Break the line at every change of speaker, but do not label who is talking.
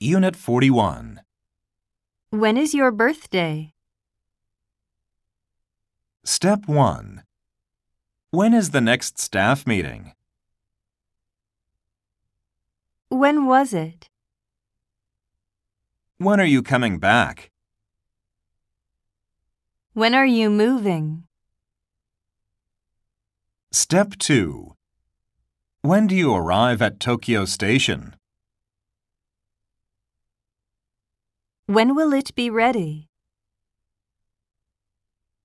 Unit 41.
When is your birthday?
Step 1. When is the next staff meeting?
When was it?
When are you coming back?
When are you moving?
Step 2. When do you arrive at Tokyo Station?
When will it be ready?